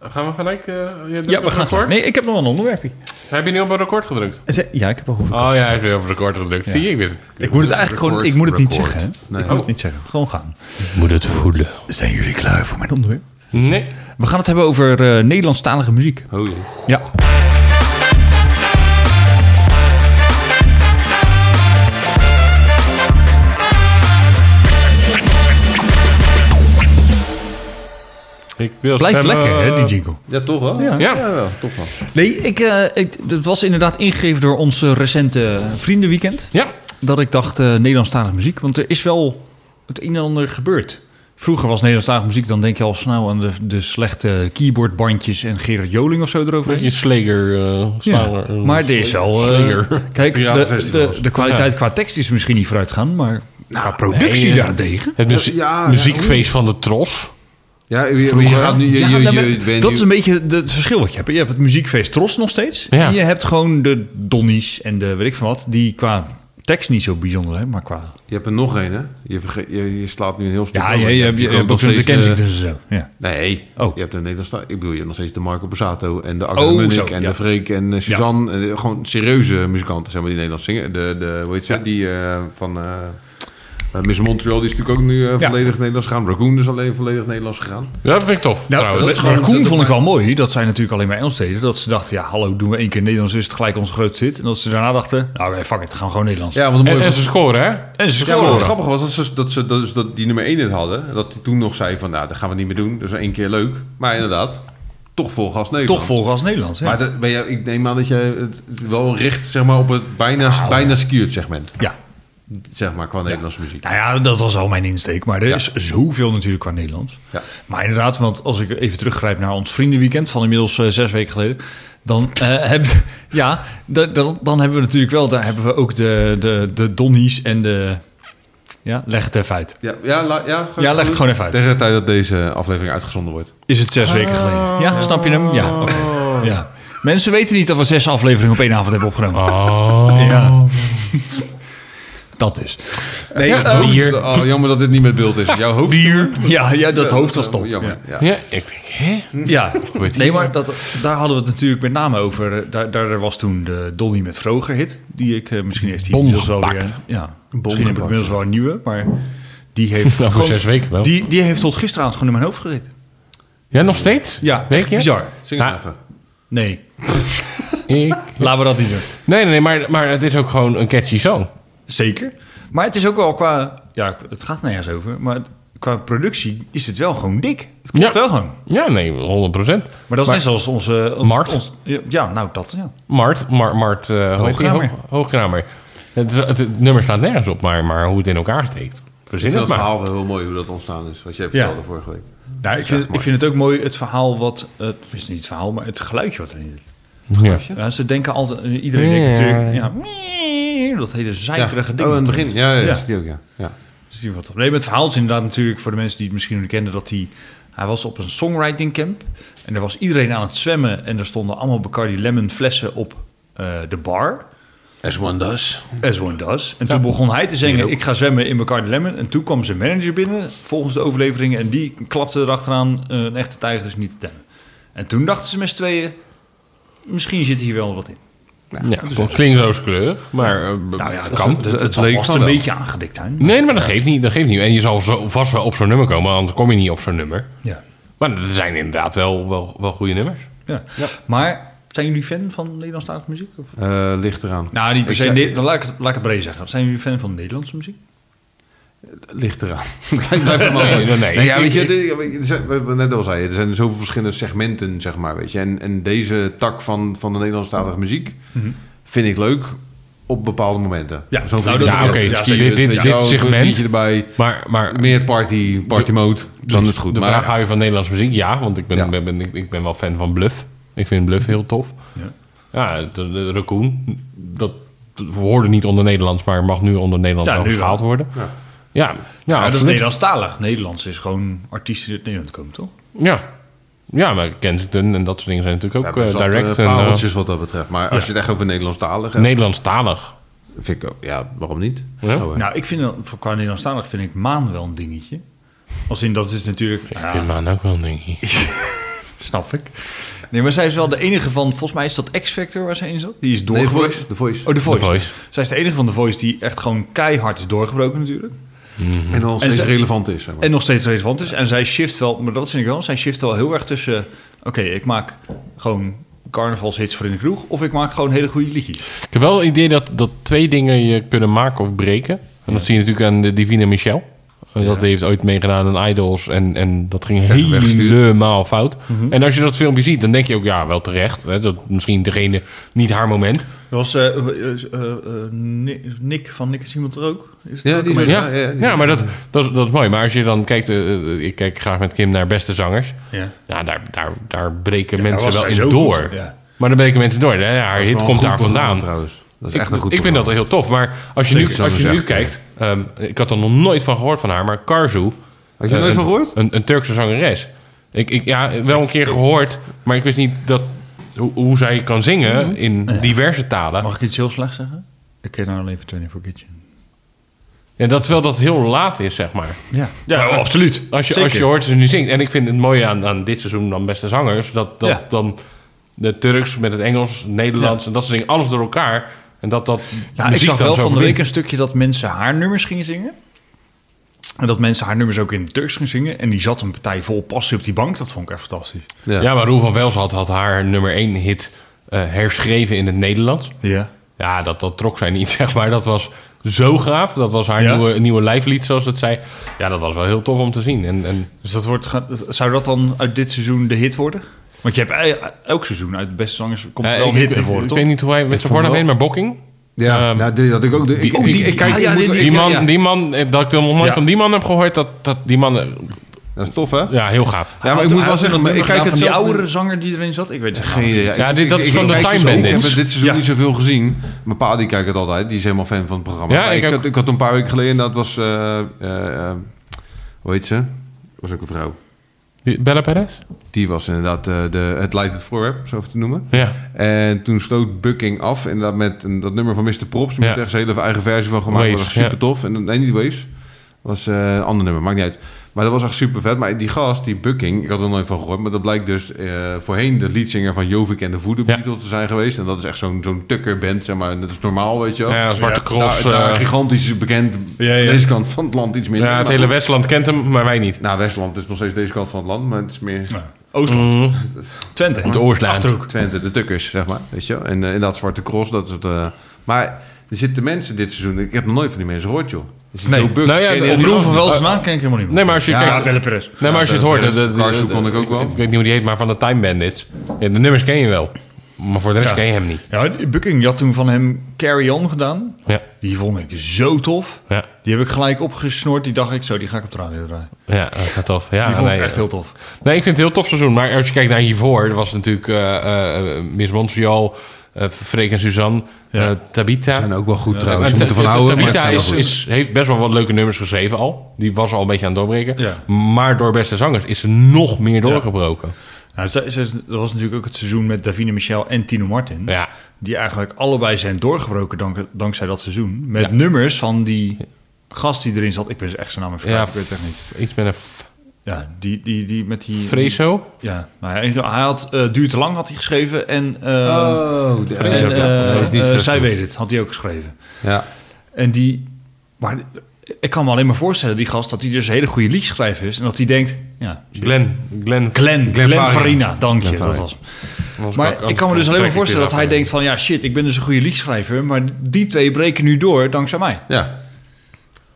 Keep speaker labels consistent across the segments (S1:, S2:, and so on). S1: Gaan we gelijk? eh, je drukt
S2: Ja,
S1: op
S2: we gaan
S1: record?
S2: verder. Nee, ik heb nog een onderwerpje.
S1: Heb je nu op een record gedrukt?
S2: Ze- Ja, ik heb al
S3: Ah,
S2: over.
S1: Oh ja, hij is weer op record gedrukt. Zie je, ik wist het.
S2: Ik moet het eigenlijk gewoon... Ik moet het niet
S3: Record.
S2: zeggen. hè.
S3: Nee.
S2: Ik moet het niet zeggen. Gewoon gaan.
S1: Moet het voelen.
S2: Zijn jullie klaar voor mijn onderwerp?
S1: Nee.
S2: We gaan het hebben over eh, Nederlandstalige muziek.
S3: Oh, jee.
S2: Ja.
S1: Ik wil
S2: Blijft
S1: stemmen,
S2: lekker, hè,
S1: eh,
S2: die jingle.
S3: Ja, toch wel?
S2: Ja.
S1: Ja.
S3: wel, toch wel.
S2: Nee, ik, eh, ik, het was inderdaad ingegeven door ons eh, recente vriendenweekend.
S1: Ja.
S2: Dat ik dacht, eh Nederlandstalige muziek. Want er is wel het een en ander gebeurd. Vroeger was Nederlandstalige muziek, dan denk je al snel aan de, de slechte keyboardbandjes en Gerard Joling of zo erover.
S1: Beetje slager. eh
S2: Ja,
S1: slager, eh,
S2: maar er is al. eh,
S1: Slinger.
S2: kijk, de,
S3: Piratenfestivals.
S2: de, de kwaliteit qua tekst is misschien niet vooruit gaan, maar qua productie
S1: nee, eh,
S2: daarentegen.
S1: Het muzie-
S3: Ja, ja,
S1: muziekfeest van de Tros.
S3: Ja, je, je gaat nu... Je,
S2: Ja,
S3: je,
S2: nou,
S3: je,
S2: maar
S3: bent
S2: dat
S3: nu-
S2: is een beetje de- het verschil wat je hebt. Je hebt het muziekfeest Tros nog steeds.
S1: Ja.
S2: En je hebt gewoon de Donnies en de weet ik van wat, die qua tekst niet zo bijzonder zijn, maar qua.
S3: je hebt er nog één, hè? Je, verge- je, je slaat nu een heel stuk
S2: Ja,
S3: over.
S2: je, je, hebt- je,
S3: kan
S2: hebt
S3: nog
S2: ook zo'n de
S3: steeds, eh,
S2: Kensington en zo. Ja.
S3: Nee,
S2: Oh.
S3: je hebt een Nederlandse... Ik bedoel, je hebt nog steeds de Marco Borsato en de
S2: Oh,
S3: Arno Munnik
S2: zo,
S3: en
S2: ja.
S3: de Freek en eh, Suzanne. Eh, gewoon serieuze muzikanten, zeg maar, die Nederlands zingen. De, de, hoe heet ze?
S2: Ja.
S3: Die eh, van... eh, eh, Miss Montreal die is natuurlijk ook nu eh,
S2: Ja.
S3: volledig Nederlands gegaan. Raccoon is alleen volledig Nederlands gegaan.
S1: Ja, dat vind ik tof.
S2: Nou,
S1: trouwens.
S2: dat
S3: gewoon-
S2: Raccoon
S3: dat-
S2: vond ik wel mooi. Dat zij natuurlijk alleen maar Engels deden. Dat ze dachten, ja, hallo, doen we één keer Nederlands, is het gelijk onze grootste hit. En dat ze daarna dachten, nou, eh, fuck it, gaan we gewoon Nederlands.
S3: Ja, want de
S1: En,
S3: mooie
S1: en ze scoren, hè?
S2: En ze
S3: Ja, maar
S2: scoren.
S3: het grappige was dat ze, dat ze dat, ze- dat die nummer 1 het hadden. Dat die toen nog zei van, nou, dat gaan we niet meer doen. Dat is één keer leuk. Maar inderdaad, toch vol gas Nederland.
S2: Toch volgen als Nederlands. Ja.
S3: Maar dat, ben je, ik neem aan dat je het wel richt zeg maar, op het bijna,
S2: Nou.
S3: bijna skewed segment.
S2: ja.
S3: Zeg maar, qua Nederlandse muziek.
S2: Nou ja, dat was al mijn insteek. Maar er
S3: Ja.
S2: is zoveel natuurlijk qua Nederlands.
S3: Ja.
S2: Maar inderdaad, want als ik even teruggrijp naar ons vriendenweekend van inmiddels eh, zes weken geleden. Dan, eh heb, ja, da- dan, dan hebben we natuurlijk wel, daar hebben we ook de, de, de Donnies en de... Ja, leg het even uit.
S3: Ja, ja, la- ja, ga-
S2: Ja, leg het gewoon even uit.
S3: Tegen de tijd dat deze aflevering uitgezonden wordt.
S2: Is het zes weken geleden? Ja, snap je hem? Ja, oké. ja. Mensen weten niet dat we zes afleveringen op één avond hebben opgenomen.
S1: Oh.
S2: Ja. dat dus. Nee, eh,
S1: bier.
S3: Oh, jammer dat dit niet met beeld is. Jouw hoofd...
S2: Ja, ja, dat hoofd was
S3: Oh,
S2: top.
S3: Jammer, ja.
S1: Ja, ik denk, hè?
S2: Ja,
S1: heet die
S2: nee, maar dat, daar hadden we het natuurlijk met name over. Eh, Daar, daar daar was toen de Donny met Vroger hit. Die ik eh, misschien heeft hij
S1: Bon
S2: inmiddels wel
S1: gepakt.
S2: weer. Ja, misschien heb ik
S3: gepakt,
S2: inmiddels wel een nieuwe, maar die heeft.
S1: Nou, voor zes weken wel.
S2: Die, die heeft tot gisteravond gewoon in mijn hoofd gereden.
S1: Ja, nog steeds?
S2: Ja,
S1: Weet
S2: echt
S1: je?
S2: bizar.
S3: Zing het
S1: Ah.
S3: even.
S2: Nee,
S1: Ik...
S2: laten we dat niet doen.
S1: Nee, nee, nee, maar, maar het is ook gewoon een catchy song.
S2: Zeker. Maar het is ook wel qua. Ja, het gaat nergens over. Maar het- qua productie is het wel gewoon dik. Het klopt
S1: Ja.
S2: wel gewoon.
S1: Ja, nee, 100
S2: Maar dat is net zoals onze. ons-
S1: Mart?
S2: ons- ja, nou dat ja.
S1: Mart, Mart, Mart eh, hoe heet die?
S2: Hoogkamer.
S1: Ho- Hoogkamer. Het, het, het nummer staat nergens op, maar, maar hoe het in elkaar steekt.
S3: Ik
S1: Verzin
S3: vind
S1: het maar.
S3: het verhaal wel heel mooi hoe dat ontstaan is. Wat jij vertelde vorige week.
S2: Nou, ik, vind, ik vind het ook mooi, het verhaal wat... eh, Het is niet het verhaal, maar het geluidje wat erin zit.
S1: Ja.
S2: Ja, ze denken altijd... Iedereen denkt natuurlijk... Ja, meh, dat hele
S3: Ja.
S2: zeikerige
S3: Oh,
S2: ding.
S3: in het begin. Ja, ja,
S2: Ja.
S3: ja. zit die ook, ja. ja.
S2: Zie je wat op. Nee, maar het verhaal is inderdaad natuurlijk... voor de mensen die het misschien nog niet kennen... dat hij... Hij was op een songwriting camp. En er was iedereen aan het zwemmen. En er stonden allemaal Bacardi Lemon flessen op eh, de bar.
S3: As one does.
S2: As one does. En toen begon hij te zingen, ik ga zwemmen in Bacardi Lemon. En toen kwam zijn manager binnen, volgens de overleveringen. En die klapte erachteraan, eh, een echte tijger is niet te temmen. En toen dachten ze met z'n tweeën, misschien zit hier wel wat in.
S1: Ja,
S3: dus
S1: klinkt rooskleurig, maar eh,
S2: Nou ja, dat
S1: kan.
S2: kan. Dat,
S3: het
S2: het zal
S3: leek
S2: vast
S3: van
S2: een
S3: wel.
S2: beetje aangedikt zijn.
S1: Nee, maar dat geeft niet. Dat geeft niet. En je zal zo vast wel op zo'n nummer komen, anders kom je niet op zo'n nummer.
S2: Ja.
S1: Maar er zijn inderdaad wel, wel, wel goede nummers.
S2: Ja. Maar zijn jullie fan van Nederlandstalige muziek? Of?
S3: Eh, ligt eraan.
S2: Nou, niet per
S3: Ik
S2: se.
S3: zei-
S2: Nee, Dan laat ik, het, laat ik het breed zeggen. Zijn jullie fan van Nederlandse muziek?
S3: Ligt eraan. Ik blijf hem
S1: Nee, nee, nee.
S3: Nou ja,
S1: Ik-
S3: weet je,
S1: ik-
S3: dit- er zijn- wat we net al zei, er zijn zoveel verschillende segmenten, zeg maar, weet je. En, en deze tak van, van de Nederlandstalige muziek vind ik leuk op bepaalde momenten.
S2: Ja,
S3: Zo
S2: nou,
S3: vind ik
S2: dat-
S3: het
S1: ja,
S3: ook.
S1: oké,
S3: Ja,
S1: dit-
S3: zie je
S1: dit-
S3: het,
S1: dit
S3: weet je wel,
S1: segment-
S3: Een biertje erbij,
S1: Maar, maar
S3: meer party, party mode, dan is het goed.
S1: de vraag,
S3: Maar
S1: hou je van Nederlandse muziek? Ja, want ik ben,
S3: Ja.
S1: ben, ben- ik, ik ben wel fan van Bluff. Ik vind Bluff heel tof.
S2: Ja.
S1: Ja, de, de Raccoon. Dat hoorde niet onder Nederlands, maar mag nu onder Nederlands
S2: Ja,
S1: wel
S2: nu wel.
S1: geschaald worden. Ja, ja,
S2: Ja, dat is
S1: absoluut.
S2: Nederlandstalig. Nederlands is gewoon artiesten die uit Nederland komen, toch?
S1: Ja. ja, maar Kensington en dat soort dingen zijn natuurlijk ook
S3: ja,
S1: eh,
S3: zat, eh,
S1: direct. en, eh,
S3: pareltjes wat dat betreft. Maar als je het echt over Nederlandstalig hebt,
S1: Nederlandstalig.
S3: vind ik ook, ja, waarom niet?
S1: Ja.
S3: Zo, eh. hè.
S2: Nou, ik vind dat- voor qua Nederlandstalig vind ik maan wel een dingetje. Als in dat is natuurlijk.
S1: Ik
S2: ja,
S1: vind Maan ook wel een dingetje.
S2: Snap ik. Nee, maar zij is wel de enige van, volgens mij is dat X-Factor waar zij in zat. Die is
S3: Nee,
S2: doorgebroken.
S3: Voice. The Voice.
S2: Oh, de Voice.
S1: The Voice.
S2: Zij is de enige van de Voice die echt gewoon keihard is doorgebroken natuurlijk.
S3: En dan steeds
S2: ze-
S3: relevant is. Zeg maar.
S2: En nog steeds relevant is. En zij shift wel, maar dat vind ik wel, zij shift wel heel erg tussen... Oké, ik maak gewoon carnavalshits voor in de kroeg. Of ik maak gewoon hele goede liedjes.
S1: Ik heb wel het idee dat, dat twee dingen je kunnen maken of breken. En dat zie je natuurlijk aan de Divine Michel. Eh, Dat heeft ooit meegedaan aan Idols en, en dat ging
S3: En weggestuurd.
S1: helemaal fout.
S2: Mhm.
S1: En als je dat filmpje ziet, dan denk je ook, ja, wel terecht. Hè, dat misschien degene niet haar moment.
S2: Er was eh, eh, eh, eh, Nick- Nick van Nick is iemand er ook. Is het
S3: Ja,
S2: ook
S3: die is
S2: een-
S3: er.
S1: Ja,
S3: ja, ja,
S1: ja,
S3: die-
S1: maar dat, dat, is- dat is mooi. Maar als je dan kijkt, eh, eh, ik kijk graag met Kim naar beste zangers.
S2: Ja.
S1: Ja, daar, daar, daar breken
S2: daar
S1: mensen
S2: was
S1: wel
S2: zij
S1: in
S2: zo
S1: door.
S2: goed, ja.
S1: Maar dan breken mensen door. Ja, haar
S3: Dat is
S1: hit
S3: wel
S1: komt
S3: een
S1: daar
S3: goed programma
S1: vandaan.
S3: trouwens. Dat is
S1: Ik,
S3: echt een goed
S1: ik vind dat
S3: programma.
S1: heel tof. Maar als je nu,
S3: Zeker,
S1: als je
S3: zo
S1: nu
S3: gezegd,
S1: kijkt... ehm, ik had er nog nooit van gehoord van haar, maar Karzu...
S3: Had je er
S1: eh,
S3: nooit van
S1: een-
S3: gehoord?
S1: Een, een Turkse zangeres. Ik, ik, ja, wel een keer gehoord, maar ik wist niet dat, hoe, hoe zij kan
S3: Mhm.
S1: zingen in diverse talen.
S2: Mag ik iets heel slechts zeggen? Ik ken haar alleen voor 24 Kitchen.
S1: En dat wel dat heel laat is, zeg maar.
S2: Ja,
S1: Ja,
S2: oh, absoluut.
S1: Als je,
S2: Zeker.
S1: als je hoort ze nu zingt. En ik vind het mooie aan, aan dit seizoen dan beste zangers... dat, dat
S2: Ja.
S1: dan de Turks met het Engels, Nederlands... en dat soort dingen, alles door elkaar... En dat dat
S2: Ja, ik
S1: muziek
S2: zag
S1: dan
S2: wel
S1: zo
S2: van de
S1: verbindt.
S2: week een stukje dat mensen haar nummers gingen zingen. En dat mensen haar nummers ook in het Turks gingen zingen. En die zat een partij vol passie op die bank. Dat vond ik echt fantastisch.
S3: Ja.
S1: Ja, maar Roel van Vels had, had haar nummer 1 hit eh, herschreven in het Nederlands.
S2: Ja.
S1: Ja, dat, dat trok zij niet, zeg maar. Dat was zo gaaf. Dat was haar
S2: Ja?
S1: nieuwe, nieuwe lijflied, zoals het zei. Ja, dat was wel heel tof om te zien. En, en
S2: Dus dat wordt, ge- zou dat dan uit dit seizoen de hit worden? Want je hebt ei- elk seizoen uit de beste zangers komt er
S1: eh,
S2: wel
S1: ik,
S2: een hit
S1: ik-
S2: naar voren,
S1: ik
S2: toch?
S1: weet niet hoe hij met zijn voornaam
S3: wel.
S1: heet, maar Bokking.
S3: Ja,
S1: Ehm,
S3: nou, die had ik ook. de- ik-
S1: die-
S3: ik-
S1: die-
S3: ik kijk,
S2: ja, ja,
S3: ik moet-
S2: die-
S3: ik-
S1: Die man,
S2: ja.
S1: die man eh, dat ik er nog nooit
S2: Ja.
S1: van die man heb gehoord, dat, dat die man, eh,
S3: Dat is tof, hè? Ja,
S1: ja, heel gaaf.
S3: maar
S2: Had-
S3: ik moet
S2: had
S3: wel
S2: hij
S3: zeggen,
S2: dat
S3: maar ik
S2: nummer
S3: kijk
S2: gedaan van
S3: het
S2: die
S3: zelf...
S2: oudere zanger die erin zat. Ik weet het
S3: Geen idee.
S1: Ja,
S3: Ik-
S1: dit- dat
S3: ik-
S1: is
S3: ik-
S1: van de
S3: ik kijk
S1: Time
S3: het zo-
S1: Bandits.
S3: Ik heb het dit seizoen
S2: Ja.
S3: niet zoveel gezien. Mijn pa die kijkt het altijd. Die is helemaal fan van het programma.
S1: Ja,
S3: Maar
S1: ik
S3: ik,
S1: ook.
S3: had, ik had een paar weken geleden... Dat was... eh, eh, eh, hoe heet ze? was ook een vrouw.
S1: Die- Bella Perez?
S3: Die was inderdaad eh, de, het leidend voorwerp, zo te noemen.
S1: Ja.
S3: En toen sloot Bucking af. Inderdaad met een, dat nummer van Mr. Props. Die
S1: Ja.
S3: heeft echt zijn hele eigen versie van gemaakt.
S1: Waves,
S3: was echt super
S1: ja.
S3: tof. En, nee, niet Waves. was eh, een ander nummer, maakt niet uit. Maar dat was echt super vet. Maar die gast, die Bucking, ik had er nooit van gehoord. Maar dat blijkt dus eh, voorheen de leadzanger van Jovik en de Voodoo
S1: Ja.
S3: Beatles te zijn geweest. En dat is echt zo'n zo'n tukkerband, zeg maar. Dat is normaal, weet je wel.
S1: Ja, Zwarte
S3: Daar-
S1: Cross.
S3: daar,
S1: eh,
S3: gigantisch bekend.
S2: Ja, ja.
S3: Deze kant van het land iets minder.
S1: ja, het
S3: Maar
S1: hele
S3: goed.
S1: Westland kent hem, maar wij niet.
S3: Nou, Westland is nog steeds deze kant van het land. Maar het is meer...
S2: Oostland.
S1: Mhm.
S2: Twente.
S1: Het Oorslaan.
S2: Achterhoek.
S3: Twente, de tukkers, zeg maar. Weet je wel? En eh, inderdaad, Zwarte Cross, dat is het... eh, maar er zitten mensen dit seizoen... Ik heb nog nooit van die mensen gehoord, joh. Dus
S2: Nee.
S3: Joe Buck,
S1: Nou ja,
S3: ken je
S1: de-
S3: die
S2: Op Roel
S3: gast?
S2: van Wels naam ken ik helemaal niet meer.
S1: Nee, maar als je
S3: Ja,
S1: kijkt...
S2: Ah, Belle Perez.
S1: Nee, maar als je het hoort,
S3: Ja,
S1: de, de,
S3: Carso
S1: de-
S3: kon ik ook wel.
S1: Ik, weet niet hoe die heet, maar van de Time Bandits. Ja, de nummers ken je wel, maar voor de rest
S2: Ja.
S1: ken je hem niet.
S2: Ja, die Bucking, die had toen van hem Carry On gedaan.
S1: Ja,
S2: Die vond ik zo tof.
S1: ja,
S2: Die heb ik gelijk opgesnord. Die dacht ik zo, die ga ik op de radio draaien.
S1: ja, dat is wel tof. Ja,
S2: Die vond ik
S1: Ah, nee,
S2: echt heel tof.
S1: nee, ik vind het een heel tof seizoen. Maar als je kijkt naar hiervoor, er was natuurlijk eh, eh, eh, Miss Montreal, eh Freek en Suzanne,
S2: Ja.
S1: eh, Tabita.
S3: zijn ook wel goed
S2: Oh,
S3: trouwens.
S2: dus
S1: Maar
S3: Je moet ervan
S1: Ta- Ta-
S3: houden, maar het
S1: Tabita
S3: zijn wel
S1: is,
S3: goed.
S1: is, heeft best wel wat leuke nummers geschreven al. Die was al een beetje aan het doorbreken.
S2: Ja.
S1: Maar door Beste Zangers is ze nog meer doorgebroken.
S2: Nou, ze- ze- dat was natuurlijk ook het seizoen met Davine Michel en Tino Martin.
S1: Ja.
S2: Die eigenlijk allebei zijn doorgebroken dank, dankzij dat seizoen. Met
S1: Ja.
S2: nummers van die gast die erin zat. Ik ben echt zijn naam even
S1: Ja,
S2: kwijt. Ik weet het echt niet.
S1: Iets met een f-
S2: Ja, die, die, die met die...
S1: Freso.
S2: Ja, nou, hij, hij had eh Duur te Lang had hij geschreven en... eh,
S3: Oh, de-
S2: en
S3: ja,
S2: eh,
S3: ja, dat is niet
S2: eh,
S3: slecht.
S2: Zij Weet Het had hij ook geschreven.
S3: Ja.
S2: En die... Maar ik kan me alleen maar voorstellen, die gast, dat hij dus een hele goede liedschrijver is. En dat hij denkt, ja,
S1: Glenn. Glenn.
S2: Glenn, Glen
S3: Farina.
S2: Farina, dank je.
S3: Glen
S2: Dat
S3: Farina.
S2: was hem. Maar ik kan me dus alleen maar voorstellen dat hij denkt van... ja, shit, ik ben dus een goede liedschrijver... maar die twee breken nu door dankzij mij.
S3: ja.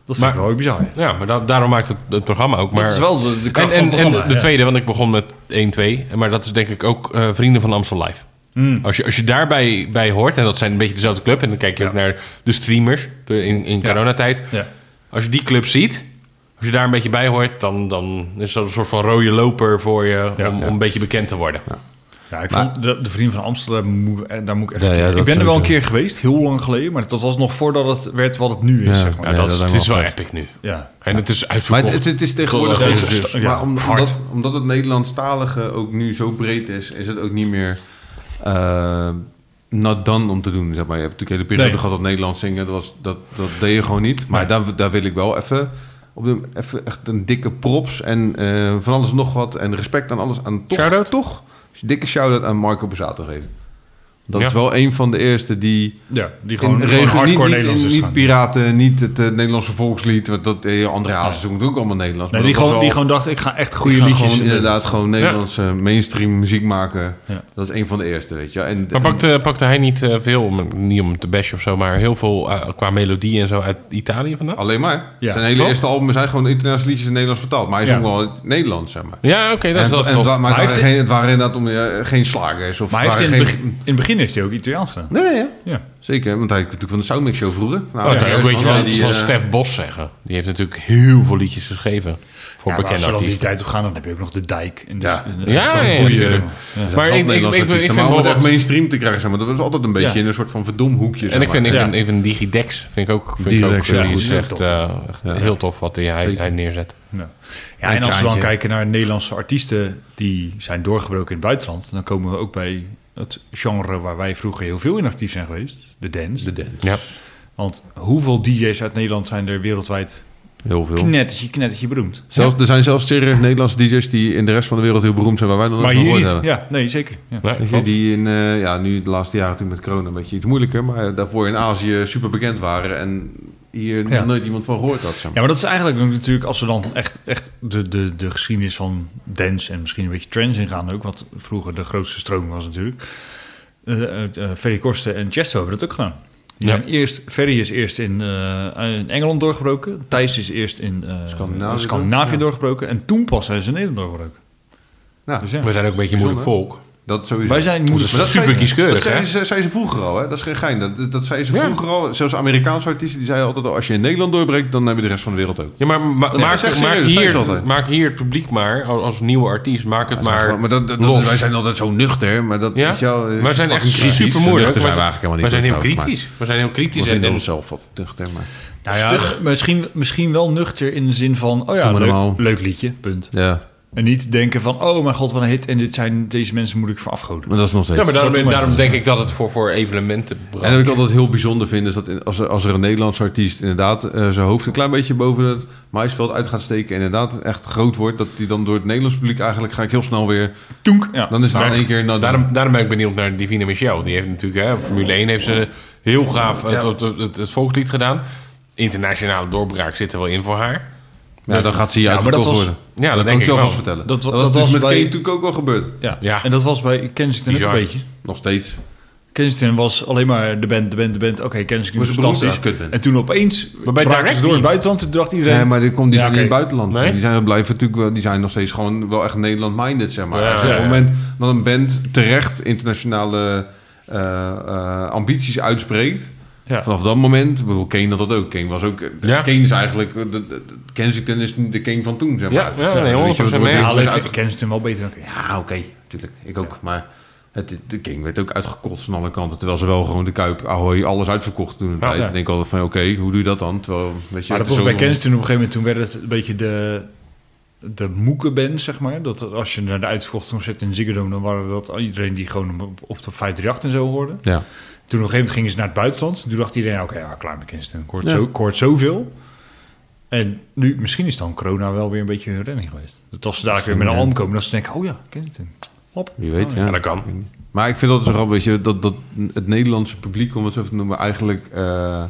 S2: Dat vind
S1: Maar-
S2: ik wel heel bizar.
S1: Ja, maar da- daarom maakt het, het programma ook. Maar...
S2: dat is wel de, de
S1: En,
S2: kracht
S1: en,
S2: van het
S1: en de
S2: programma, ja.
S1: tweede, want ik begon met 1-2. Maar dat is denk ik ook eh, Vrienden van Amstel Live.
S2: Hmm.
S1: Als, je, als je daarbij bij hoort, en dat zijn een beetje dezelfde club... en dan kijk je ook naar de streamers de- in, in
S2: Ja.
S1: coronatijd.
S2: Ja.
S1: Als je die club ziet, als je daar een beetje bij hoort... dan, dan is dat een soort van rode loper voor je
S2: Ja.
S1: om, om een beetje bekend te worden.
S2: Ja, ik vond de, de Vrienden van Amsterdam, moet- eh, daar moet ik echt...
S3: Ja, ja, dat
S2: ik ben er wel
S3: sowieso.
S2: een keer geweest, heel lang geleden... maar dat was nog voordat het werd wat het nu is,
S3: Ja.
S2: zeg maar.
S1: Ja,
S2: Ja,
S1: dat,
S3: dat
S1: is,
S3: lijkt
S1: het
S3: me
S1: is
S3: wel
S1: wel
S3: vet.
S1: epic nu.
S2: ja.
S1: En het is
S3: Maar
S1: uitverkocht.
S3: het, het is tegenwoordig...
S1: Tot-
S3: is
S2: tot-
S3: het dus-
S2: ja,
S3: maar om-
S2: hard.
S3: omdat, omdat het Nederlandstalige ook nu zo breed is... is het ook niet meer... eh not done om te doen, zeg maar. Je hebt natuurlijk hele periode
S2: Nee.
S3: gehad dat Nederlands zingen. Dat, was, dat, dat deed je gewoon niet. Maar daar, daar wil ik wel even... Op de, even echt een dikke props en eh, van alles en nog wat. En respect aan alles. Aan toch,
S1: Shout-out?
S3: toch? Dus dikke shout-out aan Marco Bazzato geven. Dat
S1: Ja.
S3: is wel een van de eerste die...
S2: Ja, die
S3: In
S2: gewoon,
S3: de
S2: gewoon
S3: regio,
S2: hardcore
S3: niet, niet,
S2: Nederlands is
S3: niet
S2: gaan.
S3: piraten, niet het eh, Nederlandse volkslied. Want dat, eh, André Hazes doen ook allemaal Nederlands.
S2: Nee,
S3: maar
S2: die,
S3: dat
S2: gewoon,
S3: was
S2: die
S3: wel-
S2: gewoon dacht, ik ga echt
S3: die
S2: goede
S3: gaan
S2: liedjes...
S3: gewoon inderdaad gewoon Nederlandse mainstream muziek maken.
S2: Ja.
S3: Dat is een van de eerste, weet je. wel. En,
S1: Maar pakte, pakte hij niet eh, veel, om- niet om te bashen of zo, maar heel veel eh, qua melodie en zo uit Italië vandaan?
S3: Alleen maar.
S2: Ja,
S3: zijn hele
S2: toch?
S3: eerste album zijn gewoon internationale liedjes in Nederlands vertaald. Maar hij
S2: Ja.
S3: zong wel in het Nederlands, zeg maar.
S1: Ja, oké, dat
S3: En,
S1: is wel
S3: en,
S1: tof.
S3: wa-
S2: Maar
S3: maar het
S2: heeft
S3: waren, geen, het waren inderdaad om, eh, geen slagers. Of
S2: Maar hij
S3: het
S2: heeft in,
S3: waren
S2: het
S3: geen...
S2: begin, in het begin heeft hij ook Italiaans gedaan.
S3: Nee, ja.
S2: Ja.
S3: zeker. Want hij kwam natuurlijk van de Soundmix Show vroeger. Nou,
S2: Oh,
S1: Dat kan je ook weet je wel
S3: die,
S1: van
S3: eh,
S1: Stef Bos zeggen. Die heeft natuurlijk heel veel liedjes geschreven voor
S2: Ja, maar als
S1: bekende
S2: we dan die
S1: artiesten.
S2: tijd op gaan, dan heb je ook nog de dijk. En dus,
S3: Ja.
S2: en, eh,
S1: nou, Ja,
S2: van
S1: ja, ja,
S2: boeien.
S1: natuurlijk.
S3: er zijn
S1: Maar
S3: altijd
S1: ik- ik-
S3: Nederlandse
S1: ik- ik-
S3: artiesten,
S1: ik
S3: maar
S1: vind
S3: om het
S1: wel
S3: echt
S1: wat-
S3: mainstream te krijgen, zeg maar. Dat was altijd een beetje
S2: Ja.
S3: in een soort van verdom hoekje,
S1: En ik vind, ik
S2: Ja.
S1: vind, ik vind DigiDex vind ik ook, vind ik ook
S3: Digidex, ja,
S1: eh, die
S3: goed.
S1: is
S2: Ja,
S1: echt,
S2: tof.
S1: eh, echt heel tof wat die, hij,
S3: Zeker.
S1: hij neerzet.
S2: Ja. Ja, en als we dan
S3: kraantje.
S2: kijken naar Nederlandse artiesten die zijn doorgebroken in het buitenland, dan komen we ook bij het genre waar wij vroeger heel veel in actief zijn geweest, de dance.
S3: De dance.
S1: Ja.
S2: Want hoeveel DJ's uit Nederland zijn er wereldwijd
S3: Heel veel.
S2: knettertje, knettertje beroemd?
S3: Zelfs, Er zijn zelfs serieus Nederlandse DJ's die in de rest van de wereld heel beroemd zijn, waar wij dan
S2: Ja.
S3: ook
S2: Maar
S3: nog
S2: hier
S3: nooit
S2: niet.
S3: hebben.
S2: Ja, nee, zeker. Ja.
S1: Ja,
S3: Weet je,
S1: klopt.
S3: die in, eh, ja, nu de laatste jaren toen met corona een beetje iets moeilijker, maar eh, daarvoor in Azië super bekend waren en hier nog
S2: Ja.
S3: nooit iemand van gehoord had. Zeg
S2: Ja,
S3: maar.
S2: maar dat is eigenlijk ook natuurlijk als we dan echt, echt de, de, de geschiedenis van dance en misschien een beetje trends ingaan ook, wat vroeger de grootste stroom was natuurlijk. Eh, eh, Ferry Korsten en Chesto hebben dat ook gedaan. Die
S1: Ja.
S2: zijn eerst, Ferry is eerst in, eh, in Engeland doorgebroken, Thijs is eerst in eh,
S3: Scandinavië.
S2: Scandinavië, doorgebroken en toen pas zijn ze in Nederland doorgebroken.
S3: Ja.
S2: Dus ja.
S1: We zijn ook een beetje moeilijk
S3: Bijzonder.
S1: volk.
S3: Dat sowieso.
S2: Wij zijn moeders.
S3: Maar dat
S1: Super
S3: zei-
S1: kieskeurig,
S3: Dat zei
S1: hè?
S3: ze, zei ze vroeger al, hè? Dat is geen gein. Dat, dat zei ze
S1: Ja.
S3: vroeger al. Zelfs Amerikaanse artiesten die zeiden altijd al, als je in Nederland doorbreekt, dan heb je de rest van de wereld ook.
S1: Ja, maar ma-
S3: is
S1: maak,
S3: echt serieus,
S1: maak,
S3: dat zijn ze
S1: hier,
S3: altijd.
S1: maak hier het publiek maar, als als nieuwe artiest, maak het maar,
S3: maar dat, dat, dat-
S1: los.
S3: wij zijn altijd zo nuchter, maar dat
S1: ja?
S3: weet je wel, is
S1: wij zijn echt
S3: fucking kritisch.
S1: super moeilijk.
S3: Nuchter zijn we eigenlijk helemaal
S1: wij
S3: niet.
S1: zijn heel
S3: trouwens, maar-
S1: kritisch. We zijn heel
S3: We
S1: kritisch. En,
S3: vinden
S1: en-
S3: onszelf wat nuchter, maar...
S2: Nou ja, misschien, misschien wel nuchter in de zin van, oh ja,
S3: Doe maar normaal.
S2: leuk, leuk liedje, punt.
S3: Ja,
S2: En niet denken van, oh mijn god, wat een hit en dit zijn, deze mensen moet ik voor afgoden.
S3: maar dat is nog steeds...
S1: ja, maar
S2: Dat
S1: daarom,
S2: doen we
S1: daarom denk ik dat het voor, voor evenementen
S3: En wat ik altijd heel bijzonder vind, is dat in- als er, als er een Nederlandse artiest inderdaad eh, zijn hoofd een klein beetje boven het maïsveld uit gaat steken en inderdaad echt groot wordt, dat die dan door het Nederlands publiek eigenlijk ga ik heel snel weer...
S2: Toenk. Ja.
S3: Dan is het in één keer... Nou,
S1: Daarom, daarom ben ik benieuwd naar Divine Michel. Die heeft natuurlijk, hè, Formule 1 heeft ze heel gaaf het,
S3: Ja.
S1: het, het, het volkslied gedaan. Internationale doorbraak zit er wel in voor haar.
S3: ja, dan gaat ze hier
S2: Ja, maar dat
S3: uitverkocht
S2: was-
S3: worden.
S1: Ja, dat
S3: kan
S1: denk
S3: ik je
S1: ik wel.
S3: alvast
S2: Dat
S3: vertellen. Dat,
S2: wa-
S3: was
S2: dat
S3: dus
S2: was
S3: met
S2: bij-
S3: Kane natuurlijk ook wel gebeurd.
S2: Ja.
S1: Ja.
S2: en dat was bij Kensington ook
S1: Bizar.
S2: een beetje.
S3: Nog steeds.
S2: Kensington was alleen maar de band, de band, de band. Oké, Kensington
S3: Maar
S2: was
S3: ze bedoelden
S2: fantastisch.
S3: dat het kut bent.
S2: en toen opeens
S1: Maar bij
S2: braken
S1: Direct
S2: ze door in het
S1: niet.
S2: buitenland. Toen dacht iedereen...
S3: Nee, maar die, komt, die
S2: Ja,
S3: zijn
S2: oké.
S3: in het buitenland.
S1: Nee?
S3: Die zijn, blijven natuurlijk wel, die zijn nog steeds gewoon wel echt Nederland-minded, zeg maar.
S1: Ja,
S3: Als je
S1: ja,
S3: op het
S1: ja.
S3: moment dat een band terecht internationale eh, eh, ambities uitspreekt...
S2: Ja.
S3: Vanaf dat moment, ik bedoel, Kane had dat ook. Kane was ook...
S1: Ja.
S3: Kane is eigenlijk... de- de- de- Kensington is de Kane van toen, zeg maar.
S1: Ja, ja, nee,
S3: weet je,
S1: 100%
S3: dat wordt
S1: mee.
S2: ja,
S3: heel
S2: alleen
S3: goed
S2: vind
S3: uit-
S2: ik Kensington wel beter dan ja.
S3: Ja, oké, natuurlijk. Ik ook, maar... Het, de King werd ook uitgekotst van alle kanten. Terwijl ze wel gewoon de Kuip, Ahoy, alles uitverkocht toen.
S1: Ja,
S3: ik
S2: ja.
S3: denk altijd van, oké, hoe doe je dat dan? Terwijl, weet je,
S2: Maar dat
S3: het is
S2: was bij
S3: ook nog-
S2: Kensington op een gegeven moment. Toen werd het een beetje de, de moekenband, zeg maar. Dat als je naar de uitverkochte concert in Ziggo Dome... dan waren dat iedereen die gewoon op, op de 538 en zo hoorde.
S3: Ja.
S2: Toen op een gegeven moment gingen ze naar het buitenland. Toen dacht iedereen, oké, ja, klaar met Kingston. Ik hoort,
S3: Ja.
S2: zo, ik hoor zoveel. En nu, misschien is dan corona wel weer een beetje hun redding geweest. Dat als ze dadelijk weer met een album komen, dat ze denken, oh ja, Kingston. Hop.
S3: Wie weet,
S2: Oh,
S3: ja.
S1: Ja, dat kan.
S3: Maar ik vind dat zo grappig, weet je, dat, dat het Nederlandse publiek, om het zo te noemen, eigenlijk eh,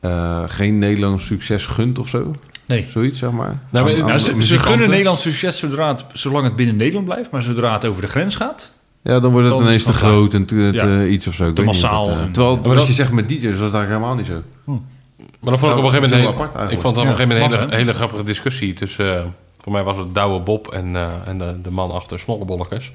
S3: eh, geen Nederlands succes gunt of zo.
S2: Nee.
S3: Zoiets, zeg maar.
S1: maar-
S3: Aan- aan
S2: Nou,
S3: de
S2: ze, ze
S3: muzikanten.
S2: gunnen Nederlands succes zodra het, zolang het binnen Nederland blijft. Maar zodra het over de grens gaat...
S3: Ja, dan wordt het
S2: Dan
S3: ineens te
S2: is het
S3: groot en te, te
S2: Ja.
S3: iets of zo. Ik
S2: Te
S3: weet niet of
S2: massaal
S3: dat, eh,
S2: en-
S3: terwijl
S1: maar
S3: wat
S1: dat-
S3: je zegt met DJ's, dat is eigenlijk helemaal niet zo.
S1: Maar dan vond ik
S3: Nou,
S1: op een gegeven moment...
S3: dat
S1: een-
S3: is heel apart
S1: ik vond het op
S2: eigenlijk.
S1: een gegeven moment een
S2: Ja,
S1: hele,
S2: maf,
S1: hele grappige discussie tussen... eh, voor mij was het Douwe Bob en, eh, en de, de man achter Snorrebollekes.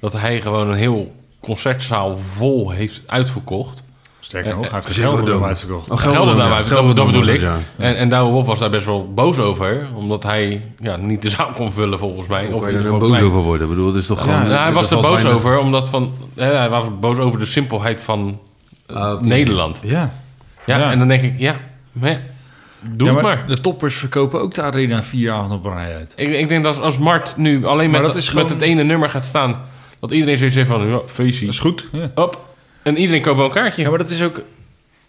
S1: Dat hij gewoon een heel concertzaal vol heeft uitverkocht.
S2: Sterker nog,
S1: Eh,
S2: hij heeft het
S3: Ziggo
S2: Gelderdoom
S3: Dome.
S2: uitverkocht.
S3: Oh,
S1: Gelder
S3: Gelderdoom,
S1: daar
S3: ja.
S1: uit, dat, dat
S3: Gelderdoom
S1: bedoel
S3: was
S1: ik.
S3: het, ja.
S1: En, en Douwe Bob was daar best wel boos over. Omdat hij ja, niet de zaal kon vullen volgens mij. Of
S3: Of
S1: in
S3: je
S1: ieder
S3: er
S1: geval
S3: boos
S1: klein.
S3: over worden. Ik bedoel, het is toch
S1: Ja,
S3: gewoon...
S1: nou, hij
S3: dus
S1: was
S3: dat
S1: er
S3: valt
S1: boos
S3: bijna-
S1: over, omdat van, hè, hij was boos over de simpelheid van eh,
S3: Ah, op die
S1: Nederland.
S2: Ja.
S1: Ja,
S2: Ja.
S1: en dan denk ik, ja, maar ja, doe
S2: Ja,
S1: het maar.
S2: De toppers verkopen ook de Arena vier avonden op een rij uit.
S1: Ik, ik denk dat als- als Mart nu alleen
S2: Maar
S1: met,
S2: dat is gewoon-
S1: met het ene nummer gaat staan, dat iedereen zoiets heeft van, ja, feestje.
S2: goed. Ja.
S1: Hop. En iedereen koopt wel een kaartje.
S2: Ja, maar dat is ook.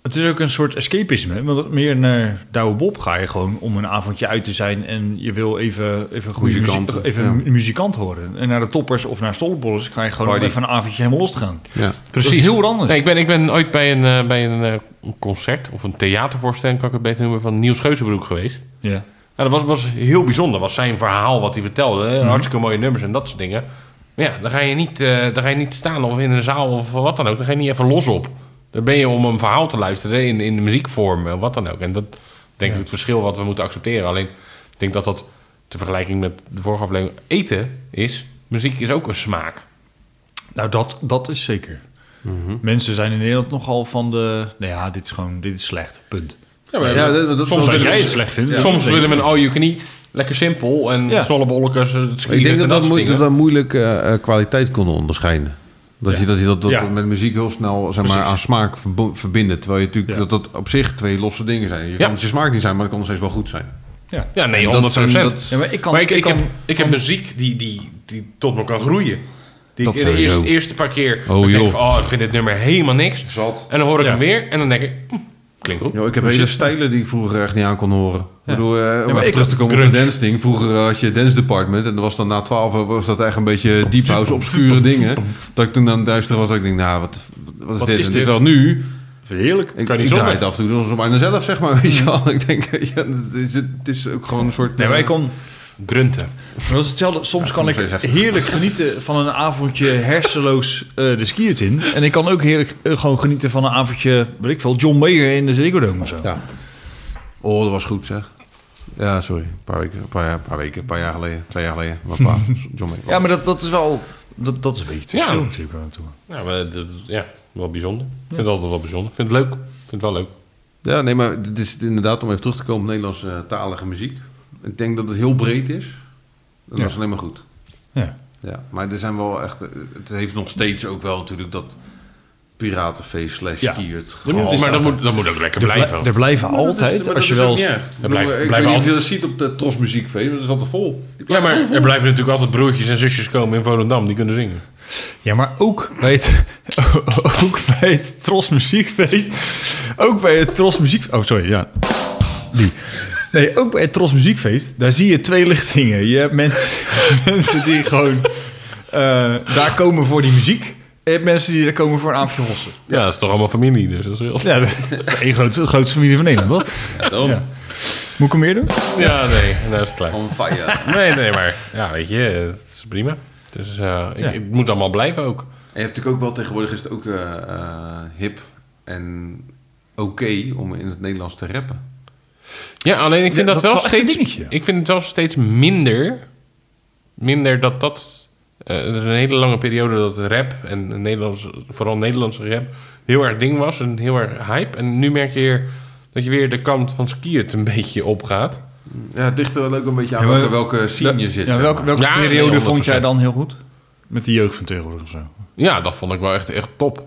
S2: Het is ook een soort escapisme. Want meer naar Douwe Bob ga je gewoon om een avondje uit te zijn. En je wil even, even goede
S3: Muzikant,
S2: muzikant, even
S3: ja.
S2: een muzikant horen. En naar de toppers of naar stollebollers ga je gewoon om
S3: Party.
S2: even een avondje helemaal los te gaan.
S3: Ja.
S2: Precies. Dat is heel wat anders.
S1: Nee, ik, ben, ik ben ooit bij een, eh, bij een eh, een concert of een theatervoorstelling, kan ik het beter noemen, van Niels Geuzenbroek geweest.
S2: Ja.
S1: Nou, dat was, was heel bijzonder. Dat was zijn verhaal wat hij vertelde. hè.
S3: Mhm.
S1: Hartstikke mooie nummers en dat soort dingen. Maar ja, dan ga, je niet, eh, dan ga je niet staan of in een zaal of wat dan ook. Dan ga je niet even los op. Dan ben je om een verhaal te luisteren in, in de muziekvorm of wat dan ook. En dat denk ik het verschil wat we moeten accepteren. Alleen, ik denk dat dat de vergelijking met de vorige aflevering eten is. Muziek is ook een smaak.
S2: Nou, dat, dat is zeker.
S1: Mhm.
S2: Mensen zijn in Nederland nogal van de... Nou ja, dit is gewoon dit is slecht. Punt.
S1: Ja, maar
S3: Ja, dat- dat is
S1: soms
S3: wel-
S2: Als
S1: willen
S2: jij
S1: we,
S2: het slecht vindt.
S1: ja,
S2: dan
S1: soms
S2: denk
S1: willen we
S2: ik-
S1: een all you can eat. Lekker simpel. En
S2: Ja.
S1: ja. zollebolletjes, het
S3: Ik denk
S1: en
S3: dat dat,
S1: soort
S3: moe-
S1: dingen.
S3: dat dat moeilijk eh, eh, kwaliteit konden onderscheiden. Dat
S2: Ja.
S3: je dat, je dat, dat
S2: Ja.
S3: met muziek heel snel zeg maar,
S2: Precies.
S3: aan smaak verbo- verbinden. Terwijl je natuurlijk
S2: Ja.
S3: dat dat op zich twee losse dingen zijn. Je
S1: Ja.
S3: kan het je smaak niet zijn, maar dat kan nog steeds wel goed zijn.
S2: Ja.
S1: Ja, nee, 100%.
S3: Dat zijn- dat-
S2: Ja, maar ik kan...
S1: maar ik, ik,
S2: kan-
S1: heb, ik heb muziek die, die, die tot me kan groeien. Die
S3: Dat
S1: ik in de
S3: sowieso.
S1: eerste, eerste paar keer
S3: Oh,
S1: denk
S3: joh.
S1: van, oh, ik vind dit nummer helemaal niks.
S3: Zat.
S1: En dan hoor ik
S2: Ja.
S1: hem weer en dan denk ik, hm, klinkt goed.
S3: Yo, ik heb hele stijlen die ik vroeger echt niet aan kon horen. Ik bedoel, eh, om
S2: maar
S3: even
S2: ik-
S3: terug te komen op
S1: grunge.
S3: de dance ding. Vroeger had je dance department en dan was dan na 12 was dat echt een beetje deep house, obscure dingen. Dat ik toen aan het duisteren was, dat ik denk, nou, wat, wat is
S2: Wat
S3: dit?
S2: is
S3: En
S2: dit?
S3: Terwijl nu,
S2: Heerlijk.
S3: ik,
S1: Kan
S3: kan
S1: niet
S3: ik
S1: zonder.
S3: draai het af en toe nog eens bijna zelf, zeg maar. Weet je wel? Ik denk, ja, het, is, het is ook gewoon een soort...
S2: Mm. Nee, maar ik
S3: eh,
S2: kan...
S1: Grunten.
S2: Maar Dat is hetzelfde. Soms
S3: Ja,
S2: kan
S3: ik
S2: ik
S3: vond het heel heftig.
S2: heerlijk genieten van een avondje hersenloos eh, de skiert in. En ik kan ook heerlijk eh, gewoon genieten van een avondje, weet ik veel, John Mayer in de Ziggo Dome of zo.
S3: Ja. Oh, dat was goed, zeg. Ja, sorry. Een paar weken, een paar, jaar, een paar weken, een paar jaar geleden, twee jaar geleden. Maar een paar, John Mayer.
S2: Ja, maar dat, dat is wel... Dat, dat is een beetje het
S1: Ja.
S2: verschil natuurlijk wel natuurlijk.
S1: Ja, Nou, maar dat- ja, wel bijzonder. Ik vind het altijd wel bijzonder. Ik vind het leuk. Ik vind het wel leuk.
S3: Ja, nee, maar dit is inderdaad om even terug te komen op Nederlandse eh, talige muziek. Ik denk dat het heel breed is. Dat
S2: Ja.
S3: is alleen maar goed.
S2: Ja.
S3: Ja, maar er zijn wel echt. eh, Het heeft nog steeds ook wel natuurlijk dat piratenfeest slash
S2: Ja.
S3: skiert.
S1: maar
S3: gehalte.
S1: dat moet, dat moet ook lekker blijven.
S2: Er blijven
S3: Maar dat is-
S2: altijd,
S3: maar
S2: als je
S3: dat is
S2: wel...
S3: ook niet erg. Ik bedoel,
S1: blijft-
S3: ik weet
S1: blijven
S3: niet of je
S1: altijd-
S3: dat ziet op de Tros Muziekfeest, maar dat is altijd vol. Die
S1: Ja,
S3: plaats
S1: maar
S3: is vol.
S1: er blijven natuurlijk altijd broertjes en zusjes komen in Volendam die kunnen zingen.
S2: Ja, maar ook bij het, ook bij het Tros Muziekfeest. Ook bij het Tros Muziek... Oh, sorry, ja. Die. Nee, ook bij het Tros Muziekfeest, daar zie je twee lichtingen. Je hebt mensen, mensen die gewoon eh, daar komen voor die muziek. En je hebt mensen die daar komen voor een avondje hossen.
S1: Ja, dat is toch allemaal familie. Dus dat is heel...
S2: Ja, één grote, grootste familie van Nederland, toch?
S3: Daarom.
S2: Ja. Moet ik hem meer doen?
S1: Ja, nee. Nou is het klaar.
S3: On fire.
S1: Nee, nee, maar ja, weet je, het is prima. Dus eh, ik,
S2: Ja.
S1: het moet allemaal blijven ook.
S3: En je hebt natuurlijk ook wel tegenwoordig is het ook eh, eh, hip en oké om in het Nederlands te rappen.
S1: Ja, alleen ik vind
S2: Ja,
S1: dat,
S2: dat is
S1: wel
S2: wel echt een
S1: steeds.
S2: dingetje, ja.
S1: Ik vind het wel steeds minder. Minder dat dat. eh, er is een hele lange periode dat rap en Nederlands, vooral Nederlandse rap heel erg ding was en heel erg hype. En nu merk je weer dat je weer de kant van skiën een beetje opgaat.
S3: Ja, het ligt er wel ook een beetje aan
S2: Ja, maar-
S3: welke, welke scene je zit.
S2: Ja,
S3: zeg
S2: welke
S3: maar.
S2: welke
S1: Ja, nee,
S2: periode
S1: 100%.
S2: vond jij dan heel goed? Met de jeugd van tegenwoordig of zo.
S1: Ja, dat vond ik wel echt, echt top.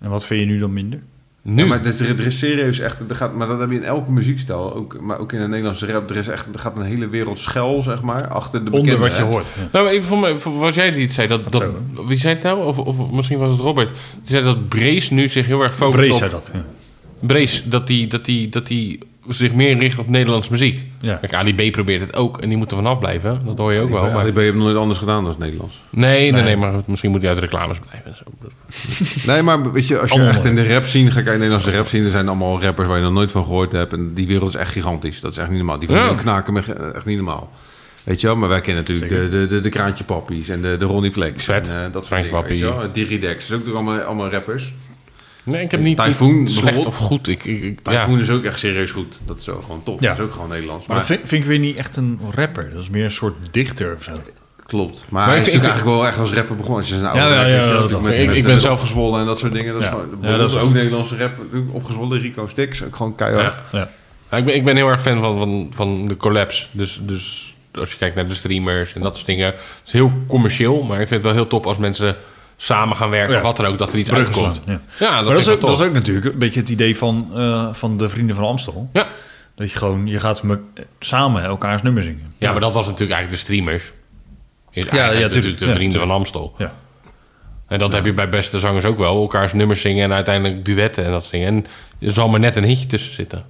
S2: En wat vind je nu dan minder?
S1: Nu.
S3: Ja, maar dus er, er is serieus echt, er gaat, maar dat heb je in elke muziekstijl, ook, maar ook in de Nederlandse rap. Er is echt, er gaat een hele wereld schel, zeg maar, achter de bekende.
S2: Onder wat je
S3: hè.
S2: hoort. ja.
S1: Nou, maar even voor mij, voor- was jij die het zei? Dat, dat,
S2: zo,
S1: wie zei het nou? Of, of misschien was het Robert. Die zei dat Brees nu zich heel erg focust
S2: Brees
S1: op...
S2: zei dat. Ja.
S1: Brees, dat die, dat, die, dat die zich meer richt op Nederlandse muziek.
S2: Ja.
S1: Kijk, Ali B probeert het ook en die moet er vanaf blijven. Dat hoor je ook wel.
S3: Ja,
S1: Maar...
S3: ik
S1: Nee,
S3: ben je nooit anders gedaan dan Nederlands.
S1: nee, nee, maar goed, misschien moet hij uit reclames blijven. en Zo.
S3: Nee, maar weet je, als je
S2: Allemaal
S3: echt in de rap scene gaat kijken, Nederlandse rap scene, er zijn allemaal rappers waar je nog nooit van gehoord hebt. En die wereld is echt gigantisch. Dat is echt niet normaal. Die vrienden
S1: Ja.
S3: knaken me echt niet normaal. Weet je wel, maar wij kennen natuurlijk de, de, de, de Kraantje Pappies en de, de Ronnie Flex.
S1: Vet.
S3: En, eh, dat
S1: Kraantje
S3: soort dingen, weet je
S1: Pappie.
S3: wel. Diridex, dat is ook allemaal, allemaal rappers.
S1: Nee, ik heb niet,
S3: Typhoon
S1: niet slecht
S3: bijvoorbeeld.
S1: of goed. Ik, ik, ik- ja.
S3: Typhoon is ook echt serieus goed. Dat is ook gewoon top.
S2: Ja.
S3: Dat is ook gewoon Nederlands.
S2: Maar dat vind, vind ik weer niet echt een rapper. Dat is meer een soort dichter of zo.
S3: Klopt. Maar,
S1: ik
S3: hij is
S1: vind-
S3: natuurlijk eigenlijk wel echt als rapper begonnen. Als je zijn oude
S2: Ja, ja,
S3: rapper,
S2: ja,
S3: weet je,
S2: ja,
S3: natuurlijk
S2: dat
S3: met,
S1: wel. Ik-
S3: met,
S1: ik ben
S3: met
S1: zelf-
S3: opgezwollen en dat soort dingen. Dat
S2: Ja.
S3: is gewoon,
S2: Ja, dat
S3: dat
S2: is
S3: is ook
S2: wel-
S3: Nederlandse rap. natuurlijk Opgezwollen Rico Stix, ook gewoon keihard.
S1: Ja.
S2: Ja.
S1: Ja, ik, ben, ik ben heel erg fan van, van, van de collabs. Dus, dus als je kijkt naar de streamers en dat soort dingen. Het is heel commercieel, maar ik vind het wel heel top als mensen samen gaan werken.
S2: Ja.
S1: Of wat dan ook, dat er iets
S2: Bruggen
S1: uitkomt.
S2: slaan, ja.
S1: Ja, dat,
S2: maar dat
S1: vind
S2: is, ook,
S1: ik wel
S2: dat is
S1: tof.
S2: ook natuurlijk een beetje het idee van, eh, van de Vrienden van Amstel.
S1: Ja.
S2: Dat je gewoon, je gaat me, samen elkaars nummer zingen.
S1: ja, maar dat was natuurlijk eigenlijk de streamers. Is
S2: ja,
S1: ja, ja, natuurlijk
S2: tuurlijk.
S1: de
S2: Ja,
S1: vrienden van Amstel.
S2: Ja.
S1: En dat heb je bij beste zangers ook wel. Elkaars nummers zingen en uiteindelijk duetten en dat soort dingen. En er zal maar net een hitje tussen zitten.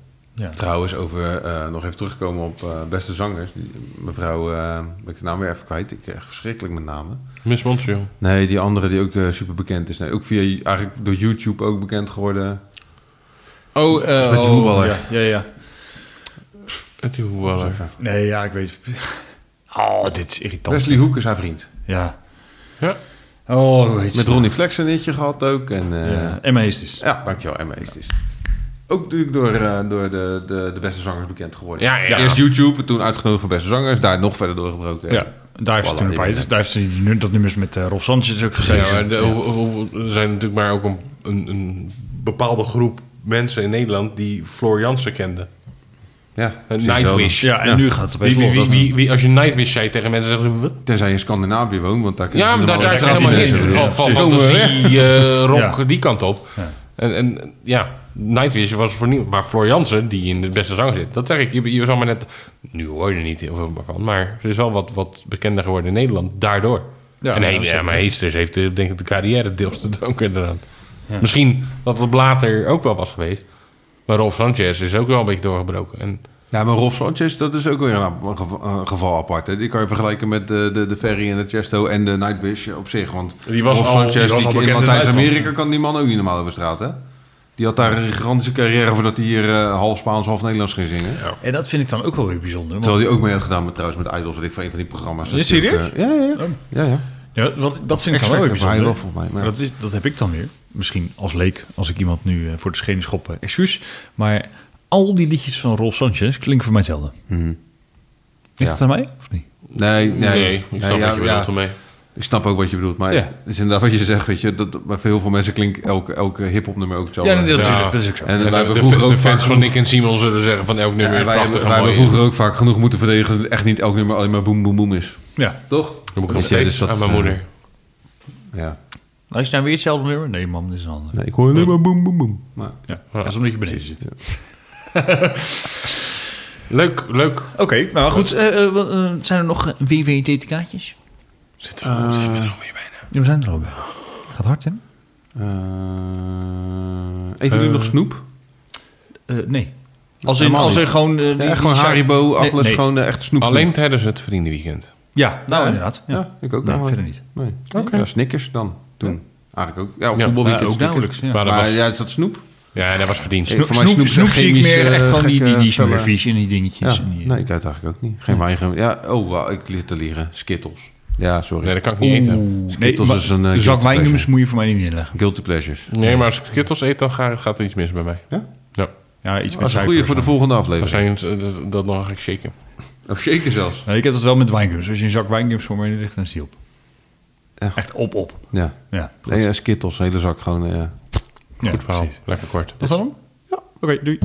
S3: Trouwens, over, eh, nog even terugkomen op eh, beste zangers. Die, mevrouw, eh, ben ik de naam weer even kwijt. Ik krijg verschrikkelijk met namen.
S1: Miss Montreal.
S3: Nee, die andere die ook super bekend is. Nee, ook via, eigenlijk door YouTube ook bekend geworden.
S2: Oh, eh,
S3: Met die
S2: oh,
S3: voetballer.
S2: Ja, ja, ja.
S1: Het die hoeballer.
S2: Nee, ja, ik weet. Oh, dit is irritant.
S3: Wesley Hoek is haar vriend.
S2: Ja.
S1: Ja.
S2: Oh, hoe heet
S3: Met
S2: ze?
S3: Ronnie Flex een hitje gehad ook. En, eh, ja.
S2: Ja, Emma Eestis.
S3: dankjewel, Emma Eestis. Ook natuurlijk door, eh, door de, de, de beste zangers bekend geworden.
S1: Ja, ja.
S3: Eerst YouTube, toen uitgenodigd voor beste zangers. Daar nog verder doorgebroken.
S2: Ja, daar heeft ze
S3: Voilà,
S2: toen een
S3: die
S2: paar,
S3: ben ik.
S2: daar heeft ze die nu- dat nummers met eh, Rolf Sanchez ook
S1: Ja,
S2: geschreven.
S1: maar de- hoe- hoe- hoe- er zijn natuurlijk maar ook een, een, een bepaalde groep mensen in Nederland die Floor Jansen kenden.
S3: ja
S1: Een
S3: precies hetzelfde.
S1: Eh, Nightwish.
S2: Ja, en
S3: Ja.
S2: nu gaat het opeens
S1: Wie, wie,
S2: los.
S1: wie,
S2: Dat-
S1: wie, wie- als je Nightwish zei tegen mensen, zeggen ze... "Wat?"
S3: Tenzij je in Scandinavië woont, want daar kun je
S1: Ja, maar daar, daar
S3: helemaal-
S1: is
S2: gaat
S1: helemaal
S2: die
S1: geen
S2: mensen weer,
S1: van,
S2: ja,
S1: van
S2: precies.
S1: fantasie, eh, rock,
S2: Ja.
S1: die kant op.
S2: Ja.
S1: En, en ja, Nightwish was voor niemand. Maar Floor Jansen, die in de beste zang zit, dat zeg ik. Je, je zal maar net... Nu hoor je er niet heel veel van, maar ze is wel wat, wat bekender geworden in Nederland, daardoor.
S2: Ja,
S1: en
S2: ja,
S1: hey,
S2: dat is
S1: ja, maar Heesters heeft eh, denk ik de carrière deels te danken eraan. Misschien dat het later ook wel was geweest. Maar Rolf Sanchez is ook wel een beetje doorgebroken. En
S3: Ja, maar Rolf Sanchez, dat is ook weer een, ap- een geval- een geval apart. Hè. Die kan je vergelijken met de, de, de Ferry en de Chesto en de Nightwish op zich. Want
S1: Die was
S3: Rolf
S1: al-
S3: Sanchez,
S1: die was al
S3: die, in
S1: bekend in
S3: Latijns-Amerika kan die man ook niet normaal over straat, hè? Die had daar een gigantische carrière voordat hij hier eh, half Spaans, half Nederlands ging zingen.
S2: En dat vind ik dan ook wel weer bijzonder. want-
S3: Terwijl hij ook mee had gedaan met, trouwens, met Idols, weet ik van een van die programma's.
S2: Is
S3: hij Ja,
S2: serieus?
S3: eh,
S2: Oh.
S3: ja, ja. ja, ja.
S2: Ja, want dat vind ik dan wel weer
S3: X-Factor voor hij
S2: bijzonder.
S3: wel volgens mij, maar-
S2: Dat, is, dat heb ik dan weer. Misschien als leek, als ik iemand nu eh, voor de schenen schop, eh, excuus. Maar al die liedjes van Rolf Sanchez klinken voor mij hetzelfde. Ligt
S3: Mhm. Ja.
S2: het aan mij of niet?
S3: Nee, nee.
S1: nee, ik snap
S3: Nee,
S1: wat
S3: ja,
S1: je
S3: ja.
S1: bedoelt ermee.
S3: Ik snap ook wat je bedoelt, maar
S2: Ja.
S3: het is inderdaad wat je zegt, weet je. Dat, maar voor heel veel mensen klinkt elke, elke hip-hop nummer ook hetzelfde.
S1: natuurlijk, dat
S2: is ook zo.
S3: En,
S1: En
S3: wij
S1: de,
S3: hebben
S1: de,
S3: vroeger ook
S1: de fans
S3: vaak
S1: van Nick en Simon zullen zeggen van elk nummer
S3: Ja,
S1: is
S3: wij
S1: prachtig
S3: hebben,
S1: en
S3: wij hebben
S1: mooi. eh.
S3: vroeger ook vaak genoeg moeten verdedigen dat echt niet elk nummer alleen maar boem boem boem is.
S2: Ja.
S3: Toch?
S1: Dan moet ik nog
S3: Dus ja,
S1: steeds
S3: dus dat,
S1: aan mijn
S3: eh,
S1: moeder.
S3: Ja.
S2: Luister nou weer hetzelfde nummer? Nee man, dit is een ander.
S3: ik hoor alleen maar boem boem boem. Maar,
S2: Ja. Dat is omdat je beneden zit.
S1: Leuk, leuk.
S2: Oké, nou goed. eh, eh, wat, eh, zijn er nog WWDT-kaartjes?
S1: Zitten we zijn we er alweer bijna.
S2: We zijn er al bij. Gaat hard, hè?
S3: eh, eten jullie nog snoep?
S2: Eh, nee. Als, in,
S3: Helemaal
S2: als er
S3: niet.
S2: gewoon... eh, die-
S3: Ja, gewoon
S2: die-
S3: Haribo,
S2: Nee,
S3: Atlas,
S2: nee.
S3: gewoon eh, echt snoep.
S1: Alleen tijdens het vriendenweekend.
S2: Ja, nou inderdaad.
S3: Ja,
S2: Ja.
S3: ik
S2: Nee,
S3: ook. Nou, eh. namelijk.
S2: verder niet.
S3: Nee.
S1: Oké.
S3: Ja, Snickers dan, toen. Eigenlijk ook. Ja, of
S1: Ja,
S2: maar
S3: voetbalweekend
S2: nou, ook
S3: Snickers.
S2: nauwelijks, ja.
S1: Maar dat
S3: Maar
S1: was-
S3: ja, is dat snoep?
S1: Ja, dat was verdiend.
S3: Hey, voor mij
S2: Snoep,
S3: snoep
S2: snoep
S3: is een
S2: zie ik
S3: chemisch,
S2: meer echt
S3: eh,
S2: van die, die,
S3: gekke
S2: die
S3: felle-
S2: Smurfies en die dingetjes.
S3: Ja,
S2: en die,
S3: nee, ik uit eigenlijk ook niet. Geen wijn. Ja, oh, wauw, ik lig te liegen. Skittles. Ja, sorry.
S1: Nee, dat kan ik niet eten.
S2: Oeh, nee,
S3: Skittles
S2: maar
S3: is een, eh,
S2: een zak
S3: guilty
S2: wijnnummers
S3: pleasure.
S2: moet je voor mij niet neerleggen.
S3: Guilty pleasures.
S1: Nee, maar als ik kittels eet, dan gaat, gaat er iets mis bij mij.
S3: Ja?
S1: Ja,
S2: Ja, iets met
S3: Dat is een
S2: suiker
S3: goede
S2: of
S3: voor de
S2: zo.
S3: volgende
S1: dat,
S3: aflevering.
S1: zijn, dat, dat dan ga ik shaken.
S3: Of shaken zelfs.
S2: Nee, ik heb dat wel met wijngums. Als je een zak wijngums voor mij neerlegt, dan is die op.
S3: Ja.
S2: Echt op, op.
S3: Ja.
S2: Ja,
S3: Nee, ja, Skittles, hele zak gewoon. eh,
S2: ja,
S1: Goed verhaal.
S2: precies.
S1: Lekker kort.
S2: Dat dan? Ja. Oké, doei.